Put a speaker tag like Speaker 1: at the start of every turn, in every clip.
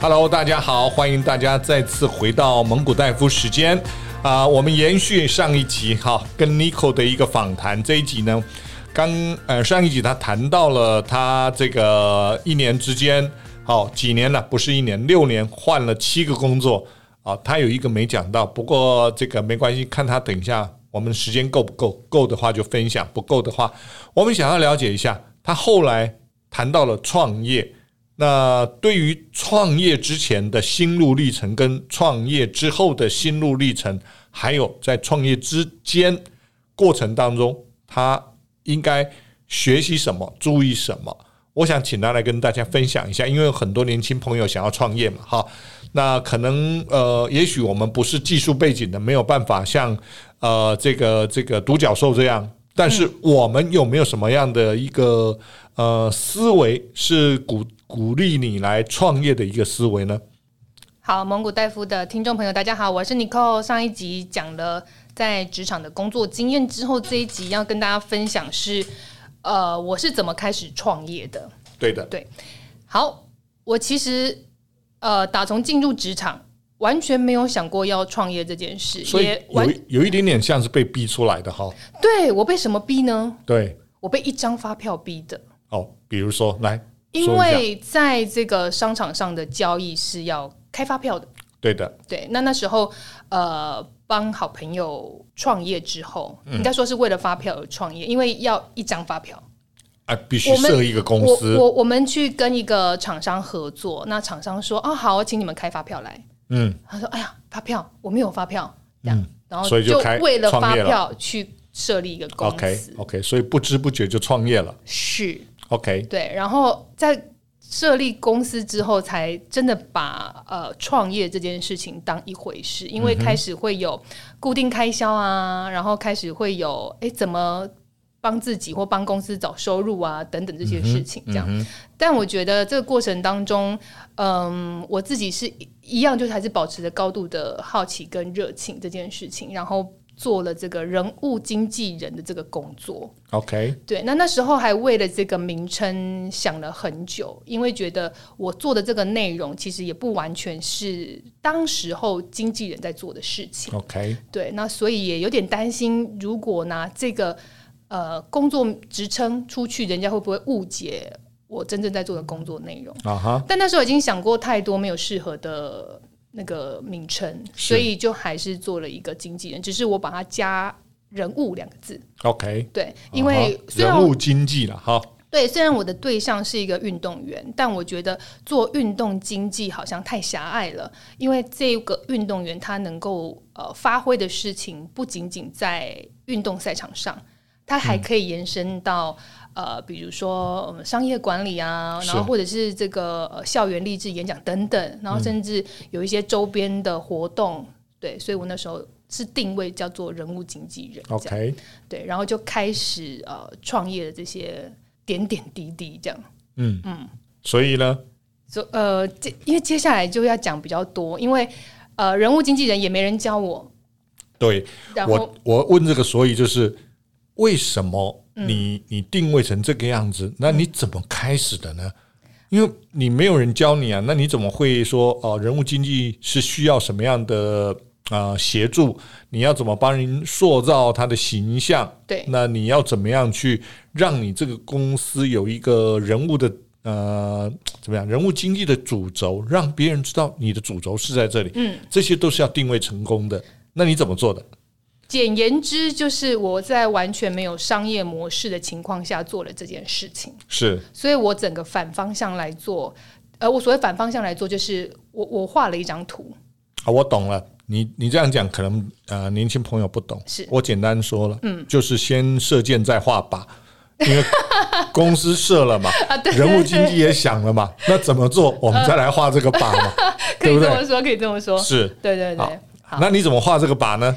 Speaker 1: Hello，大家好，欢迎大家再次回到蒙古大夫时间啊、我们延续上一集哈跟 Nico 的一个访谈，这一集呢，刚呃上一集他谈到了他这个一年之间，好、几年了，不是一年，六年换了七个工作啊，他有一个没讲到，不过这个没关系，看他等一下我们时间够不够，够的话就分享，不够的话，我们想要了解一下他后来谈到了创业。那对于创业之前的心路历程，跟创业之后的心路历程，还有在创业之间过程当中，他应该学习什么，注意什么？我想请他来跟大家分享一下，因为有很多年轻朋友想要创业嘛，哈。那可能呃，也许我们不是技术背景的，没有办法像呃这个这个独角兽这样，但是我们有没有什么样的一个呃思维是鼓鼓励你来创业的一个思维呢？
Speaker 2: 好，蒙古大夫的听众朋友，大家好，我是 Nicole。上一集讲了在职场的工作经验之后，这一集要跟大家分享是，呃，我是怎么开始创业的。
Speaker 1: 对的，
Speaker 2: 好，我其实呃，打从进入职场，完全没有想过要创业这件事，
Speaker 1: 所以
Speaker 2: 也
Speaker 1: 有
Speaker 2: 完
Speaker 1: 一有一点点像是被逼出来的哈。
Speaker 2: 对我被什么逼呢？
Speaker 1: 对，
Speaker 2: 我被一张发票逼的，
Speaker 1: 哦，比如说来，
Speaker 2: 因
Speaker 1: 说一下
Speaker 2: 为在这个商场上的交易是要开发票的。
Speaker 1: 对的，
Speaker 2: 对，那那时候呃，帮好朋友创业之后，
Speaker 1: 嗯
Speaker 2: 应该说是为了发票而创业，因为要一张发票。
Speaker 1: 啊，必须
Speaker 2: 我们
Speaker 1: 设一个公
Speaker 2: 我
Speaker 1: 司，
Speaker 2: 我我们去跟一个厂商合作，那厂商说啊好，请你们开发票来。
Speaker 1: 嗯，
Speaker 2: 他说哎呀，发票我没有发票，这样，然后
Speaker 1: 所以就开
Speaker 2: 为了
Speaker 1: 创
Speaker 2: 发
Speaker 1: 业了
Speaker 2: 票去设立一个公
Speaker 1: OK
Speaker 2: 司
Speaker 1: OK，所以不知不觉就创业了。
Speaker 2: 是
Speaker 1: OK，
Speaker 2: 对，然后在。设立公司之后，才真的把呃创业这件事情当一回事，因为开始会有固定开销啊，然后开始会有哎怎么帮自己或帮公司找收入啊等等这些事情，这样。但我觉得这个过程当中，嗯，我自己是一一样，就是还是保持着高度的好奇跟热情这件事情，然后做了这个人物经纪人的这个工作。
Speaker 1: OK，
Speaker 2: 对，那那时候还为了这个名称想了很久，因为觉得我做的这个内容其实也不完全是当时候经纪人在做的事情。
Speaker 1: OK，
Speaker 2: 对，那所以也有点担心，如果拿这个呃工作职称出去，人家会不会误解我真正在做的工作内容？
Speaker 1: 啊哈，
Speaker 2: 但那时候已经想过太多没有适合的那个名称，
Speaker 1: 是
Speaker 2: 所以就还是做了一个经纪人，只是我把它加“人物”两个字。
Speaker 1: OK，
Speaker 2: 对，因为
Speaker 1: 啊哈
Speaker 2: 虽然
Speaker 1: 人
Speaker 2: 我
Speaker 1: 物经济了哈，
Speaker 2: 对，虽然我的对象是一个运动员，但我觉得做运动经济好像太狭隘了，因为这个运动员他能够呃发挥的事情不仅仅在运动赛场上，他还可以延伸到、呃，比如说、呃商业管理啊，
Speaker 1: 是
Speaker 2: 然后或者是这个、呃、校园励志演讲等等，然后甚至有一些周边的活动。对，所以我那时候是定位叫做人物经纪人这样。
Speaker 1: OK，
Speaker 2: 对，然后就开始呃创业的这些点点滴滴这样。
Speaker 1: 所以呢，
Speaker 2: 所呃接因为接下来就要讲比较多，因为呃人物经纪人也没人教我，
Speaker 1: 对
Speaker 2: 然后
Speaker 1: 我我问这个，所以就是为什么
Speaker 2: 嗯
Speaker 1: 你、你定位成这个样子？那你怎么开始的呢？因为你没有人教你啊，那你怎么会说哦、人物经济是需要什么样的啊、呃协助？你要怎么帮人塑造他的形象？
Speaker 2: 对
Speaker 1: 那你要怎么样去让你这个公司有一个人物的呃怎么样人物经济的主轴，让别人知道你的主轴是在这里？嗯，这些都是要定位成功的。那你怎么做的？
Speaker 2: 简言之就是我在完全没有商业模式的情况下做了这件事情，
Speaker 1: 是
Speaker 2: 所以我整个反方向来做。呃，我所谓反方向来做，就是我我画了一张图，
Speaker 1: 啊，我懂了。你你这样讲，可能呃年轻朋友不懂。
Speaker 2: 是
Speaker 1: 我简单说了，嗯，就是先射箭再画靶，因 为公司射了嘛，
Speaker 2: 啊
Speaker 1: 人物经济也想了嘛，那怎么做？我们再来画这个靶嘛，
Speaker 2: 嗯 可以
Speaker 1: 对不
Speaker 2: 这
Speaker 1: 对？
Speaker 2: 么说，可以这么说，
Speaker 1: 是。
Speaker 2: 对对
Speaker 1: 好
Speaker 2: 对。好
Speaker 1: 那你怎么画这个靶呢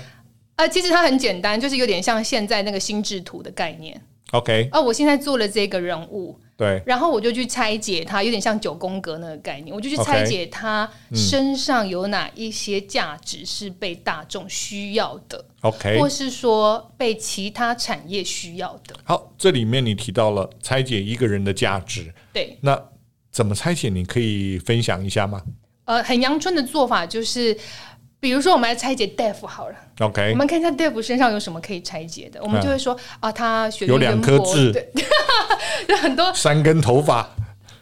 Speaker 2: 呃，其实它很简单，就是有点像现在那个心智图的概念。
Speaker 1: ？OK，
Speaker 2: 哦，我现在做了这个人物，
Speaker 1: 对，
Speaker 2: 然后我就去拆解它，有点像九宫格那个概念，我就去拆解它身上有哪一些价值是被大众需要的，
Speaker 1: OK，
Speaker 2: 或是说被其他产业需要的。
Speaker 1: 好，这里面你提到了拆解一个人的价值，
Speaker 2: 对，
Speaker 1: 那怎么拆解？你可以分享一下吗？
Speaker 2: 呃，很阳春的做法就是，比如说我们来拆解 DEF 好了，我
Speaker 1: ，OK，
Speaker 2: 们看一下 DEF 身上有什么可以拆解的，我们就会说啊，他血
Speaker 1: 嗯有
Speaker 2: 缘
Speaker 1: 两
Speaker 2: 渊
Speaker 1: 颗
Speaker 2: 博
Speaker 1: 痣
Speaker 2: 对， 就很多
Speaker 1: 三根头发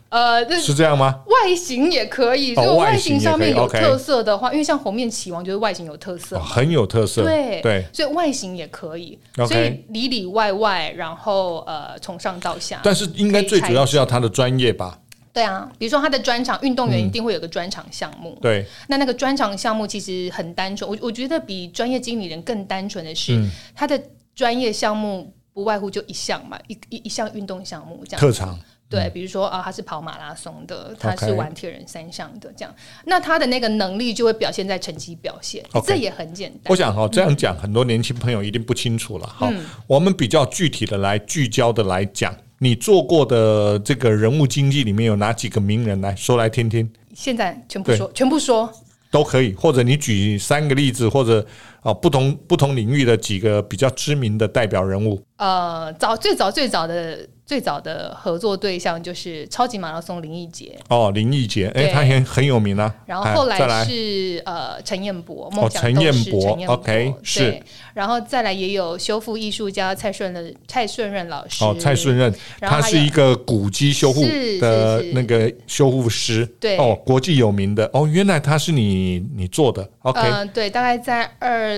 Speaker 2: 呃，这
Speaker 1: 是这样吗？
Speaker 2: 外形也可以，
Speaker 1: 哦
Speaker 2: 如果
Speaker 1: 外
Speaker 2: 外
Speaker 1: 形也
Speaker 2: 形上
Speaker 1: 可以
Speaker 2: 面有
Speaker 1: ，OK
Speaker 2: 特色的话，因为像红面棋王就是外形有特色
Speaker 1: 哦，很有特色，
Speaker 2: 对
Speaker 1: 对。
Speaker 2: 所以外形也可以
Speaker 1: OK
Speaker 2: 所以里里外外，然后呃，从上到下。
Speaker 1: 但是应该最主要是要他的专业吧？
Speaker 2: 对啊，比如说他的专场，运动
Speaker 1: 嗯
Speaker 2: 员一定会有个专场项目。
Speaker 1: 对，
Speaker 2: 那那个专场项目其实很单纯，我我觉得比专业经理人更单纯的是，
Speaker 1: 嗯
Speaker 2: 他的专业项目不外乎就一项嘛，一一一项运动项目这样。
Speaker 1: 特长
Speaker 2: 对，比如说啊，他是跑马拉松的，他
Speaker 1: 嗯
Speaker 2: 是
Speaker 1: OK
Speaker 2: 玩铁人三项的，这样，那他的那个能力就会表现在成绩表现
Speaker 1: OK
Speaker 2: 这也很简单。
Speaker 1: 我想哈、这样讲很多年轻朋友一定不清楚了哈、
Speaker 2: 嗯
Speaker 1: 我们比较具体的来聚焦的来讲，你做过的这个人物经济里面有哪几个名人来说来听听
Speaker 2: 现在全部
Speaker 1: 对
Speaker 2: 说，全部说，
Speaker 1: 都可以，或者你举三个例子，或者啊、不同不同领域的几个比较知名的代表人物。
Speaker 2: 呃，早最早最早的最早的合作对象就是超级马拉松林奕杰，
Speaker 1: 哦，林奕杰，哎，
Speaker 2: 对
Speaker 1: 他也很有名啊。
Speaker 2: 然后
Speaker 1: 哎
Speaker 2: 后
Speaker 1: 再
Speaker 2: 来
Speaker 1: 来哦
Speaker 2: 是呃陈彦博，梦想
Speaker 1: 陈
Speaker 2: 斗
Speaker 1: 彦
Speaker 2: 士
Speaker 1: 博
Speaker 2: 陈彦博
Speaker 1: OK，
Speaker 2: 对
Speaker 1: 是，
Speaker 2: 然后再来也有修复艺术家蔡顺任蔡顺任老师，
Speaker 1: 哦，蔡顺任，
Speaker 2: 然后
Speaker 1: 他
Speaker 2: 还
Speaker 1: 是
Speaker 2: 有
Speaker 1: 一个古籍修护
Speaker 2: 是
Speaker 1: 的
Speaker 2: 是是
Speaker 1: 那个修护师，
Speaker 2: 对
Speaker 1: 哦，国际有名的哦，原来他是你你做的，OK，、
Speaker 2: 嗯、对，大概在二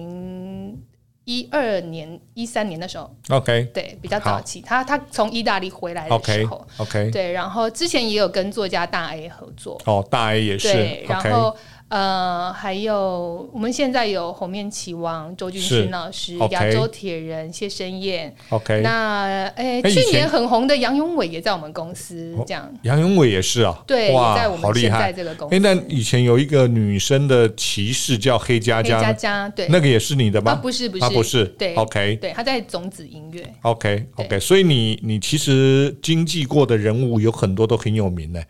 Speaker 2: 零一二年、一三年的时候，
Speaker 1: OK
Speaker 2: 对，比较
Speaker 1: 好
Speaker 2: 早期。他他从意大利回来的
Speaker 1: OK
Speaker 2: 时候，
Speaker 1: OK，
Speaker 2: 对，然后之前也有跟作家大 A 合作，
Speaker 1: 哦，大 A 也是
Speaker 2: 对，然
Speaker 1: ，OK
Speaker 2: 后。呃，还有我们现在有红面棋王周俊
Speaker 1: 是
Speaker 2: 勋老师、
Speaker 1: OK
Speaker 2: 亚洲铁人谢生燕，
Speaker 1: OK，
Speaker 2: 那诶、
Speaker 1: 哎以
Speaker 2: 去
Speaker 1: 前
Speaker 2: 年很红的杨永伟也在我们公司，这样、
Speaker 1: 杨永伟也是啊，
Speaker 2: 对，也在
Speaker 1: 哇，
Speaker 2: 我
Speaker 1: 好
Speaker 2: 们
Speaker 1: 厉
Speaker 2: 现在
Speaker 1: 害。
Speaker 2: 这个公司
Speaker 1: 哎，，那以前有一个女生的骑士叫黑佳
Speaker 2: 黑佳
Speaker 1: 佳，
Speaker 2: 佳，对，
Speaker 1: 那个也是你的吗？
Speaker 2: 啊不是不是、
Speaker 1: 啊，不是，
Speaker 2: 对
Speaker 1: ，OK
Speaker 2: 对，他在种子音乐，
Speaker 1: OK OK，所以你你其实经纪过的人物有很多都很有名呢、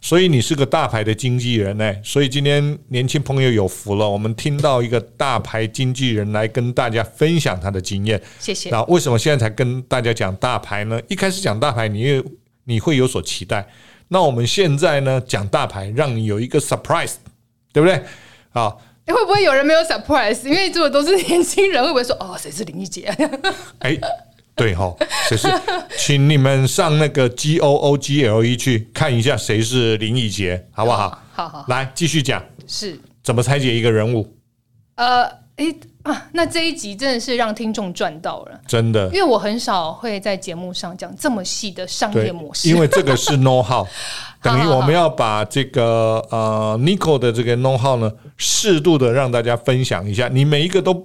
Speaker 1: 所以你是个大牌的经纪人呢、所以今天年轻朋友有福了，我们听到一个大牌经纪人来跟大家分享他的经验。
Speaker 2: 谢谢。
Speaker 1: 那为什么现在才跟大家讲大牌呢？一开始讲大牌，你也你会有所期待。那我们现在呢讲大牌，让你有一个 surprise，对不对？啊，
Speaker 2: 诶哎会不会有人没有 surprise？因为如果都是年轻人，会不会说 哦，谁是林忆杰？
Speaker 1: 哎，对哈、谁是？ 请你们上那个 G O O G L E 去看一下谁是林奕杰，好不好？
Speaker 2: 好好
Speaker 1: 来继续讲
Speaker 2: 是
Speaker 1: 怎么拆解一个人物，
Speaker 2: 呃，诶啊，那这一集真的是让听众赚到了，
Speaker 1: 真的
Speaker 2: 因为我很少会在节目上讲这么细的商
Speaker 1: 对
Speaker 2: 业模，式。
Speaker 1: 因为这个是 know how，等于
Speaker 2: 好好
Speaker 1: 我们要把这个呃 Nico 的这个 know how 呢，适度的让大家分享一下，你每一个都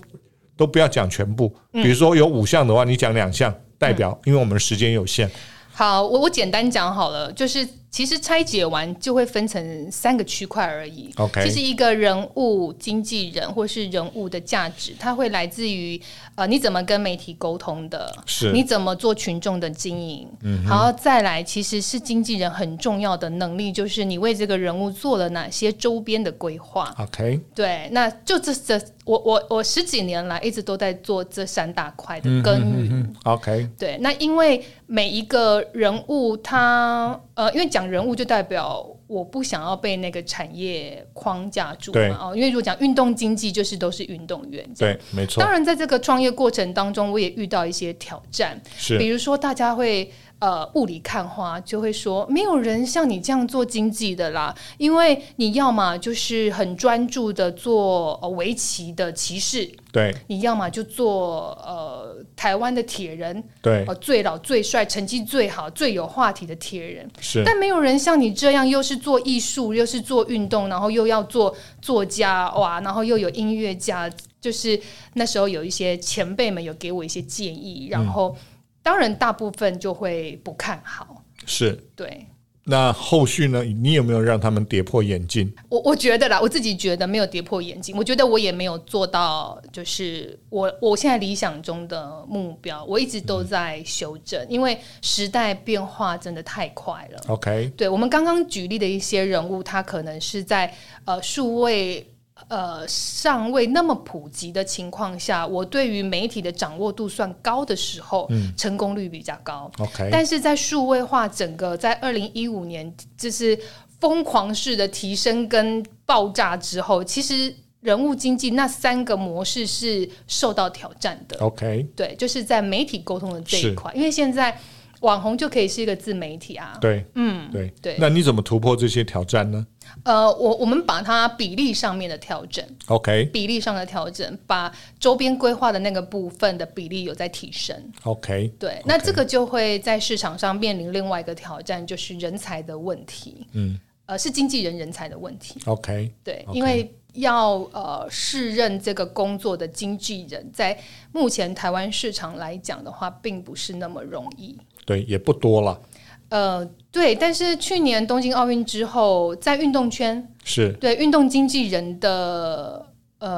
Speaker 1: 都不要讲全部，
Speaker 2: 嗯
Speaker 1: 比如说有五项的话，你讲两项。代表，因为我们时间有限，
Speaker 2: 好，我我简单讲好了，就是其实拆解完就会分成三个区块而已。
Speaker 1: OK
Speaker 2: 其实一个人物、经纪人或是人物的价值，它会来自于呃你怎么跟媒体沟通的，
Speaker 1: 是
Speaker 2: 你怎么做群众的经营，嗯，然后再来其实是经纪人很重要的能力，就是你为这个人物做了哪些周边的规划。
Speaker 1: OK，
Speaker 2: 对，那就这这我我我十几年来一直都在做这三大块的耕耘。
Speaker 1: 嗯，OK，
Speaker 2: 对，那因为每一个人物他呃，因为讲人物就代表我不想要被那个产业框架住
Speaker 1: 对
Speaker 2: 嘛哦，因为如果讲运动经济，就是都是运动员。
Speaker 1: 对，没错
Speaker 2: 当，然，在这个创业过程当中，我也遇到一些挑战，
Speaker 1: 是
Speaker 2: 比如说大家会呃雾里看花，就会说没有人像你这样做经济的啦，因为你要么就是很专注的做呃围棋的棋士，
Speaker 1: 对
Speaker 2: 你要么就做呃台湾的铁人，
Speaker 1: 对
Speaker 2: 呃，最老、最帅、成绩最好、最有话题的铁人，
Speaker 1: 是，
Speaker 2: 但没有人像你这样，又是做艺术，又是做运动，然后又要做作家，哇，然后又有音乐家。就是那时候有一些前辈们有给我一些建议，然后当然大部分就会不看好。
Speaker 1: 是。
Speaker 2: 对
Speaker 1: 那后续呢？你有没有让他们跌破眼镜？
Speaker 2: 我，我觉得啦，我自己觉得没有跌破眼镜，我觉得我也没有做到，就是我我现在理想中的目标，我一直都在修正，因为时代变化真的太快了。
Speaker 1: OK，
Speaker 2: 对我们刚刚举例的一些人物，他可能是在呃数位呃尚未那么普及的情况下，我对于媒体的掌握度算高的时候，成功率比较高。
Speaker 1: OK
Speaker 2: 但是在数位化整个在二零一五年，就是疯狂式的提升跟爆炸之后，其实人物经济那三个模式是受到挑战的。
Speaker 1: OK，
Speaker 2: 对，就是在媒体沟通的这
Speaker 1: 是
Speaker 2: 一块，因为现在网红就可以是一个自媒体啊。
Speaker 1: 对
Speaker 2: 嗯，
Speaker 1: 对
Speaker 2: 对
Speaker 1: 那你怎么突破这些挑战呢
Speaker 2: 呃，我我们把它比例上面的调整，
Speaker 1: ？OK
Speaker 2: 比例上的调整，把周边规划的那个部分的比例有在提升。
Speaker 1: OK，
Speaker 2: 对，那这个就会在市场上面临另外一个挑战，就是人才的问题。
Speaker 1: 嗯
Speaker 2: 呃，是经纪人人才的问题。
Speaker 1: OK，
Speaker 2: 对
Speaker 1: OK
Speaker 2: 因为要呃适任这个工作的经纪人，在目前台湾市场来讲的话，并不是那么容易。
Speaker 1: 对，也不多了，
Speaker 2: 呃，对，但是去年东京奥运之后，在运动圈，
Speaker 1: 是
Speaker 2: 对运动经纪人的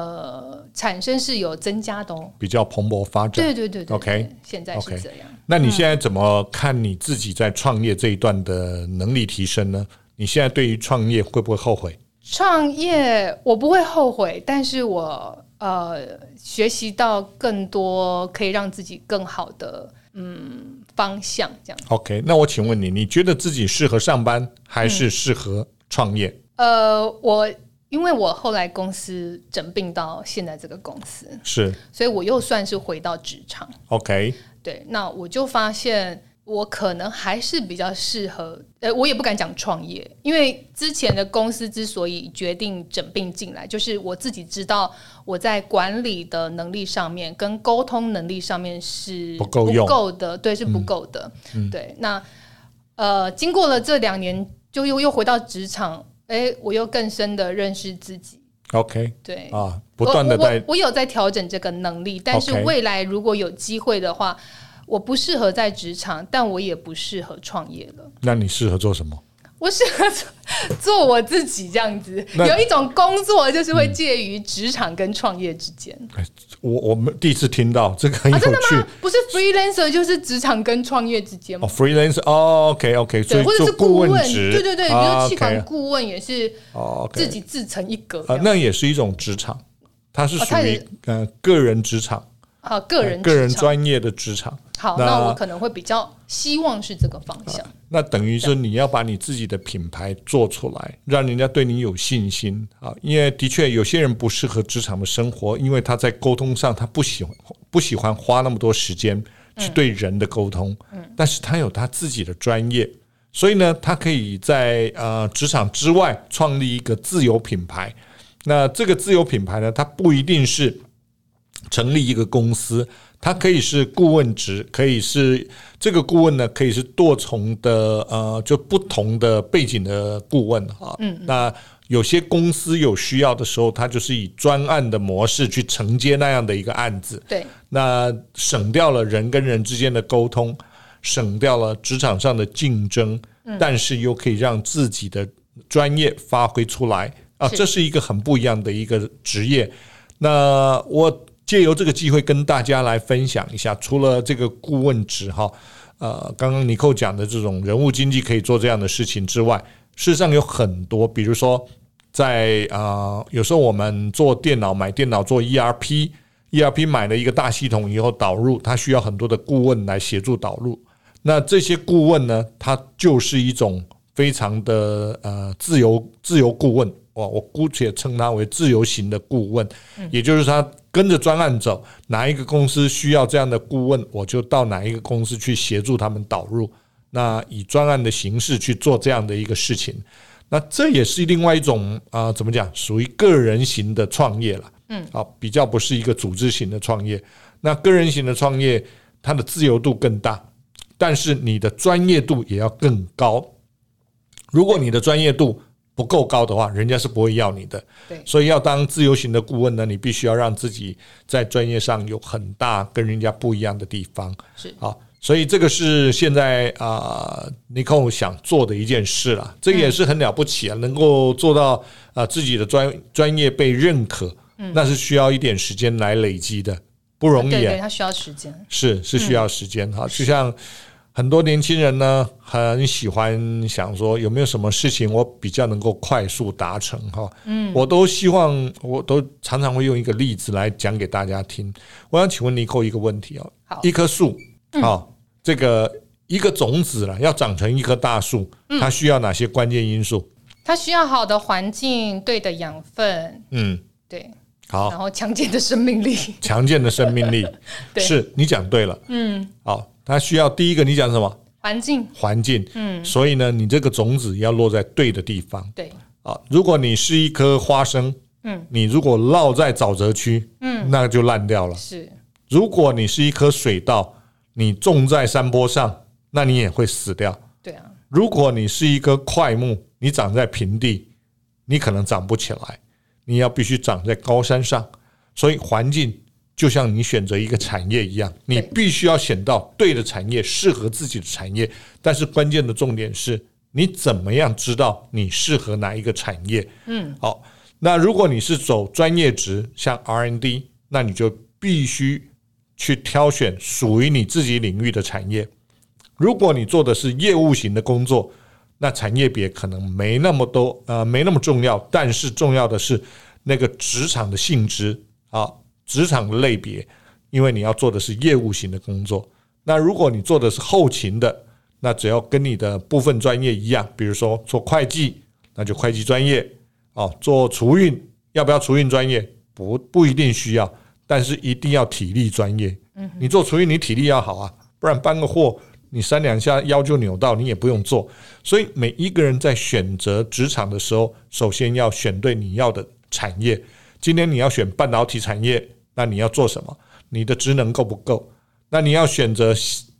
Speaker 2: 呃产生是有增加的哦。
Speaker 1: 比较蓬勃发展。
Speaker 2: 对嗯对对对
Speaker 1: OK
Speaker 2: 对现在是
Speaker 1: OK
Speaker 2: 这样。
Speaker 1: 那你现在怎么看你自己在创业这一段的能力提升呢？你现在对于创业会不会后悔？
Speaker 2: 创业我不会后悔，但是我呃学习到更多可以让自己更好的嗯方向，这样。
Speaker 1: OK，那我请问你，你觉得自己适合上班还
Speaker 2: 嗯
Speaker 1: 是适合创业？
Speaker 2: 呃，我因为我后来公司整并到现在这个公司，
Speaker 1: 是
Speaker 2: 所以我又算是回到职场。
Speaker 1: OK，
Speaker 2: 对，那我就发现我可能还是比较适合，呃，我也不敢讲创业，因为之前的公司之所以决定整并进来，就是我自己知道我在管理的能力上面跟沟通能力上面是
Speaker 1: 不够用嗯
Speaker 2: 的，对，是不够的。对，那呃，经过了这两年，就又又回到职场，哎，我又更深的认识自己。
Speaker 1: OK
Speaker 2: 对，
Speaker 1: 啊，不断的
Speaker 2: 我
Speaker 1: 在
Speaker 2: 我我有在调整这个能力，但是
Speaker 1: OK
Speaker 2: 未来如果有机会的话，我不适合在职场，但我也不适合创业了。
Speaker 1: 那你适合做什么？
Speaker 2: 我适合做做我自己这样子，
Speaker 1: 那
Speaker 2: 有一种工作就是会介于职场跟创业之间。
Speaker 1: 哎我我们第一次听到这个很有
Speaker 2: 啊，真的
Speaker 1: 趣、
Speaker 2: 吗？不是 freelancer 就是职场跟创业之间吗
Speaker 1: 哦？，freelance 哦，OK OK，所
Speaker 2: 对，
Speaker 1: 以
Speaker 2: 或者
Speaker 1: 做
Speaker 2: 是顾问，
Speaker 1: 问职，
Speaker 2: 对对对，比如
Speaker 1: 啊
Speaker 2: 说气
Speaker 1: OK
Speaker 2: 管顾问也是
Speaker 1: 哦
Speaker 2: 自
Speaker 1: ，OK，
Speaker 2: 己自成一格这
Speaker 1: 呃，
Speaker 2: 样，
Speaker 1: 那也是一种职场，它是
Speaker 2: 哦
Speaker 1: 属
Speaker 2: 它
Speaker 1: 于
Speaker 2: 也
Speaker 1: 呃个人职场，
Speaker 2: 啊，个人
Speaker 1: 哦个人
Speaker 2: 职场
Speaker 1: 专业的职场。
Speaker 2: 好，
Speaker 1: 那啊
Speaker 2: 那我可能会比较希望是这个方向。
Speaker 1: 那等于说你要把你自己的品牌做出来，让人家对你有信心啊！因为的确有些人不适合职场的生活，因为他在沟通上他不喜欢不喜欢花那么多时间去对人的沟通，但是他有他自己的专业，所以呢，他可以在呃职场之外创立一个自有品牌。那这个自有品牌呢，它不一定是成立一个公司，它可以是顾问职，可以是这个顾问呢，可以是多重的呃，就不同的背景的顾问啊。嗯，那有些公司有需要的时候，它就是以专案的模式去承接那样的一个案子，
Speaker 2: 对，
Speaker 1: 那省掉了人跟人之间的沟通，省掉了职场上的竞争，但是又可以让自己的专业发挥出来啊，
Speaker 2: 是
Speaker 1: 这是一个很不一样的一个职业。那我借由这个机会跟大家来分享一下，除了这个顾问职哈，呃，刚刚尼寇讲的这种人物经济可以做这样的事情之外，事实上有很多，比如说在啊、呃有时候我们做电脑买电脑做 E ERP。ERP E 买了一个大系统以后导入，它需要很多的顾问来协助导入。那这些顾问呢，他就是一种非常的呃自由自由顾问，我我姑且称他为自由型的顾问，也就是他跟着专案走，哪一个公司需要这样的顾问，我就到哪一个公司去协助他们导入，那以专案的形式去做这样的一个事情。那这也是另外一种啊、呃怎么讲，属于个人型的创业了。嗯，啊，比较不是一个组织型的创业。那个人型的创业，它的自由度更大，但是你的专业度也要更高。如果你的专业度不够高的话，人家是不会要你的。
Speaker 2: 对
Speaker 1: 所以要当自由行的顾问呢，你必须要让自己在专业上有很大跟人家不一样的地方。
Speaker 2: 是
Speaker 1: 啊，所以这个是现在啊，尼、寇想做的一件事了，这个也是很了不起啊，
Speaker 2: 嗯
Speaker 1: 能够做到啊、自己的专专业被认可，那是需要一点时间来累积的，不容易、啊
Speaker 2: 嗯对对，它需要时间。
Speaker 1: 是是需要时间哈、就像很多年轻人呢，很喜欢想说有没有什么事情我比较能够快速达成哈。嗯，我都希望，我都常常会用一个例子来讲给大家听。我想请问尼寇一个问题哦
Speaker 2: 好，嗯
Speaker 1: 一棵树啊、哦这
Speaker 2: 嗯
Speaker 1: 个一个种子了，要长成一棵大树，它需要哪些关键因素？
Speaker 2: 它需要好的环境、对的养分，
Speaker 1: 嗯，
Speaker 2: 对，
Speaker 1: 好，
Speaker 2: 然后强健的生命力。
Speaker 1: 强健的生命力，
Speaker 2: 对
Speaker 1: 是你讲对了。
Speaker 2: 嗯，
Speaker 1: 好，它需要第一个你讲什么
Speaker 2: 环境，
Speaker 1: 环境，
Speaker 2: 嗯，
Speaker 1: 所以呢，你这个种子要落在对的地方
Speaker 2: 对，
Speaker 1: 啊。如果你是一颗花生，
Speaker 2: 嗯，
Speaker 1: 你如果落在沼泽区，
Speaker 2: 嗯，
Speaker 1: 那就烂掉了；
Speaker 2: 是，
Speaker 1: 如果你是一颗水稻，你种在山坡上，那你也会死掉；
Speaker 2: 对啊，
Speaker 1: 如果你是一棵块木，你长在平地，你可能长不起来，你要必须长在高山上。所以环境就像你选择一个产业一样，你
Speaker 2: 对
Speaker 1: 必须要选到对的产业，适合自己的产业。但是关键的重点是你怎么样知道你适合哪一个产业？
Speaker 2: 嗯，
Speaker 1: 好，那如果你是走专业值，像 R&D，那你就必须去挑选属于你自己领域的产业。如果你做的是业务型的工作，那产业别可能没那么多，呃，没那么重要。但是重要的是那个职场的性质啊，职场的类别，因为你要做的是业务型的工作。那如果你做的是后勤的，那只要跟你的部分专业一样，比如说做会计，那就会计专业哦；做厨运，要不要厨运专业？不不一定需要，但是一定要体力专业。嗯，你做厨运，你体力要好啊，不然搬个货，你三两下腰就扭到，你也不用做。所以每一个人在选择职场的时候，首先要选对你要的产业。今天你要选半导体产业，那你要做什么？你的职能够不够？那你要选择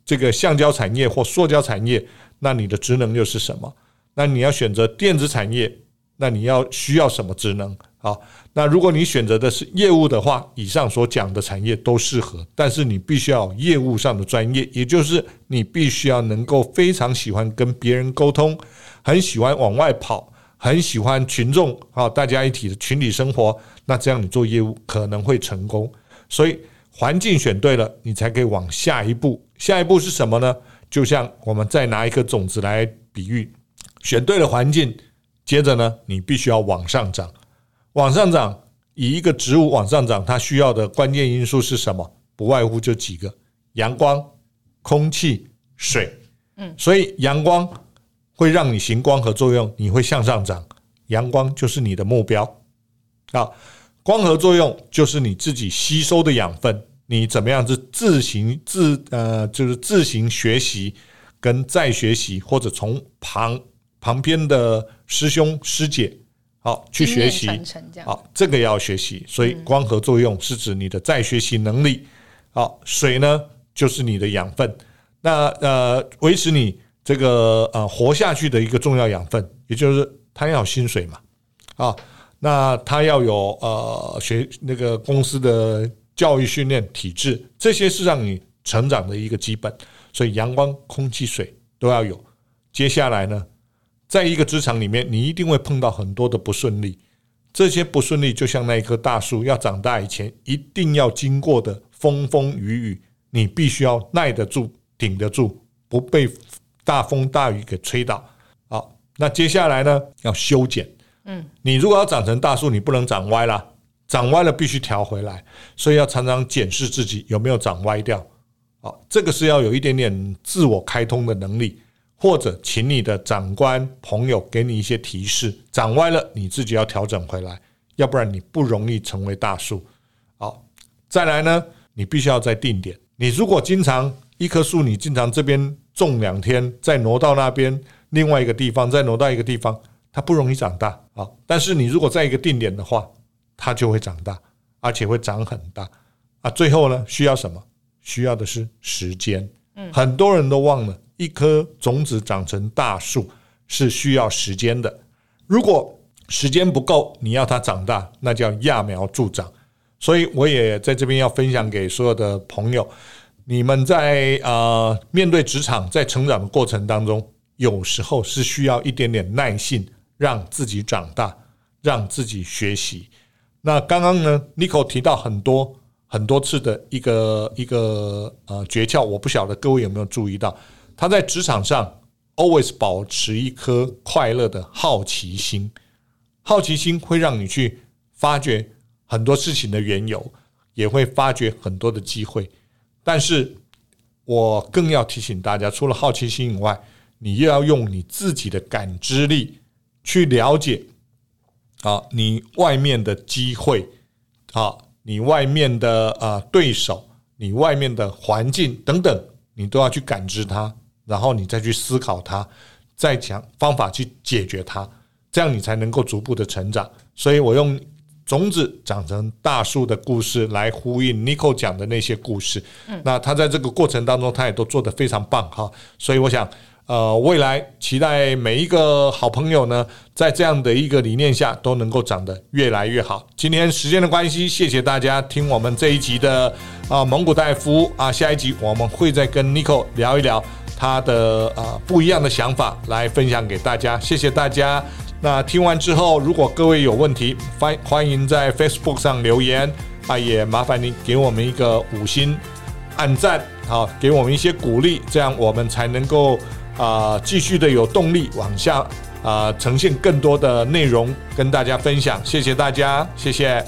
Speaker 1: 这个橡胶产业或塑胶产业，那你的职能又是什么？那你要选择电子产业，那你要需要什么职能？好，那如果你选择的是业务的话，以上所讲的产业都适合，但是你必须要有业务上的专业，也就是你必须要能够非常喜欢跟别人沟通，很喜欢往外跑，很喜欢群众啊，大家一起的群体生活，那这样你做业务可能会成功。所以环境选对了，你才可以往下一步。下一步是什么呢？就像我们再拿一颗种子来比喻，选对了环境，接着呢，你必须要往上涨。往上涨，以一个植物往上涨，它需要的关键因素是什么？不外乎就几个：阳光、空气、水。
Speaker 2: 嗯，
Speaker 1: 所以阳光会让你行光合作用，你会向上涨。阳光就是你的目标啊。光合作用就是你自己吸收的养分，你怎么样是自行自呃，就是自行学习跟再学习，或者从旁旁边的师兄师姐好去
Speaker 2: 经
Speaker 1: 学
Speaker 2: 验
Speaker 1: 习，
Speaker 2: 传承这样，嗯
Speaker 1: 好，这个要学习。所以光合作用是指你的再学习能力。好，水呢就是你的养分，那呃维持你这个呃活下去的一个重要养分，也就是它要有薪水嘛。啊，那它要有呃学那个公司的教育训练体制，这些是让你成长的一个基本。所以阳光、空气、水都要有。接下来呢，在一个职场里面，你一定会碰到很多的不顺利。这些不顺利，就像那一棵大树要长大以前，一定要经过的风风雨雨，你必须要耐得住、顶得住，不被大风大雨给吹倒。好，那接下来呢，要修剪。
Speaker 2: 嗯，
Speaker 1: 你如果要长成大树，你不能长歪啦，长歪了必须调回来，所以要常常检视自己有没有长歪掉。好，这个是要有一点点自我开通的能力，或者请你的长官朋友给你一些提示，长歪了你自己要调整回来，要不然你不容易成为大树。好，再来呢，你必须要在定点。你如果经常一棵树，你经常这边种两天，再挪到那边另外一个地方，再挪到一个地方，它不容易长大啊。但是你如果在一个定点的话，它就会长大，而且会长很大啊。最后呢，需要什么？需要的是时间。嗯，很多人都忘了，一颗种子长成大树是需要时间的。如果时间不够，你要它长大，那叫揠苗助长。所以我也在这边要分享给所有的朋友，你们在呃面对职场在成长的过程当中，有时候是需要一点点耐性，让自己长大，让自己学习。那刚刚呢，Nico 提到很多很多次的一个一个呃诀窍，我不晓得各位有没有注意到，他在职场上 always 保持一颗快乐的好奇心，好奇心会让你去发掘很多事情的缘由，也会发掘很多的机会。但是我更要提醒大家，除了好奇心以外，你又要用你自己的感知力去了解啊，你外面的机会啊，你外面的啊对手，你外面的环境等等，你都要去感知它，然后你再去思考它，再想方法去解决它，这样你才能够逐步的成长。所以我用种子长成大树的故事来呼应 n i c o 讲的那些故事。那他在这个过程当中，他也都做得非常棒哈。所以我想，呃，未来期待每一个好朋友呢，在这样的一个理念下，都能够长得越来越好。今天时间的关系，谢谢大家听我们这一集的啊、蒙古大夫啊，下一集我们会再跟 n i c o 聊一聊。他的啊、不一样的想法来分享给大家，谢谢大家。那听完之后，如果各位有问题，欢欢迎在 Facebook 上留言啊，也麻烦您给我们一个五星按赞，好、给我们一些鼓励，这样我们才能够啊、继续的有动力往下啊、呈现更多的内容跟大家分享。谢谢大家，谢谢。